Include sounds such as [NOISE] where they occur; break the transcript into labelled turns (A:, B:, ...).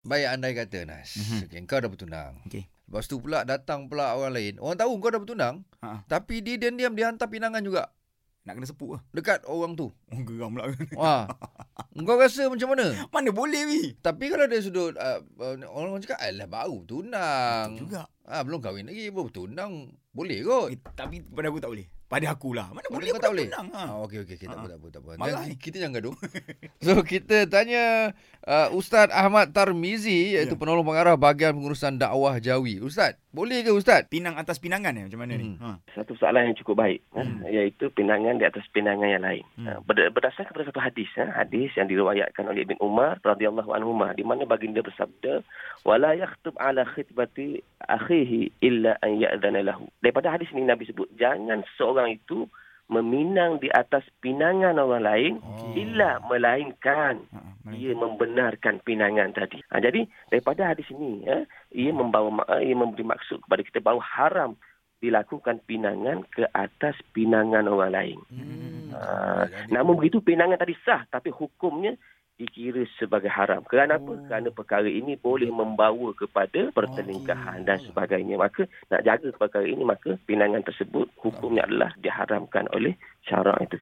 A: Baik andai kata Nas. Mm-hmm. Okay, kau dah bertunang.
B: Mhm. Okey.
A: Lepas tu pula datang pula orang lain. Orang tahu kau dah bertunang.
B: Ha.
A: Tapi dia diam-diam dia hantar pinangan juga.
B: Nak kena sepuk lah.
A: Dekat orang tu.
B: Oh, geram pula.
A: Ha. kau rasa macam mana?
B: [LAUGHS] Mana boleh ni?
A: Tapi kalau dari sudut uh, uh, orang orang cakap alah baru tunang.
B: Betul juga.
A: Ah belum kahwin lagi baru tunang. Boleh kot.
B: Eh, tapi pada aku tak boleh. Pada akulah. Mana
A: Pada
B: boleh
A: kau
B: aku
A: tak
B: nak
A: boleh?
B: tunang, Ha.
A: Ah, okey okey okey tak
B: Ha.
A: apa tak apa tak apa.
B: Marah,
A: Jangan,
B: eh.
A: kita jangan
B: [LAUGHS]
A: gaduh. so kita tanya uh, Ustaz Ahmad Tarmizi iaitu
B: Ya.
A: penolong pengarah bahagian pengurusan dakwah Jawi. Ustaz, boleh ke ustaz?
B: Pinang atas pinangan eh? macam mana ni?
A: Hmm.
B: Ha.
C: satu soalan yang cukup baik
B: Hmm.
C: hmm. iaitu pinangan di atas pinangan yang lain
B: Hmm.
C: hmm. berdasarkan pada satu hadis ha, hadis yang diriwayatkan oleh bin Umar radhiyallahu anhu di mana baginda bersabda wala yakhtub ala khitbati akhihi illa an ya'dhana lahu daripada hadis ini nabi sebut jangan seorang itu meminang di atas pinangan orang lain
A: Oh.
C: illa melainkan
B: Ha. ha, mana-
C: ia membenarkan pinangan tadi. Ha, jadi daripada hadis ini, ya, ia membawa ma- ia memberi maksud kepada kita bahawa haram dilakukan pinangan ke atas pinangan orang lain.
A: Hmm.
C: Ah,
A: Jadi-
C: Namun begitu pinangan tadi sah tapi hukumnya dikira sebagai haram. Kerana apa?
B: Oh.
C: Kerana perkara ini boleh membawa kepada pertelingkahan dan sebagainya. Maka nak jaga perkara ini maka pinangan tersebut hukumnya adalah diharamkan oleh syarak itu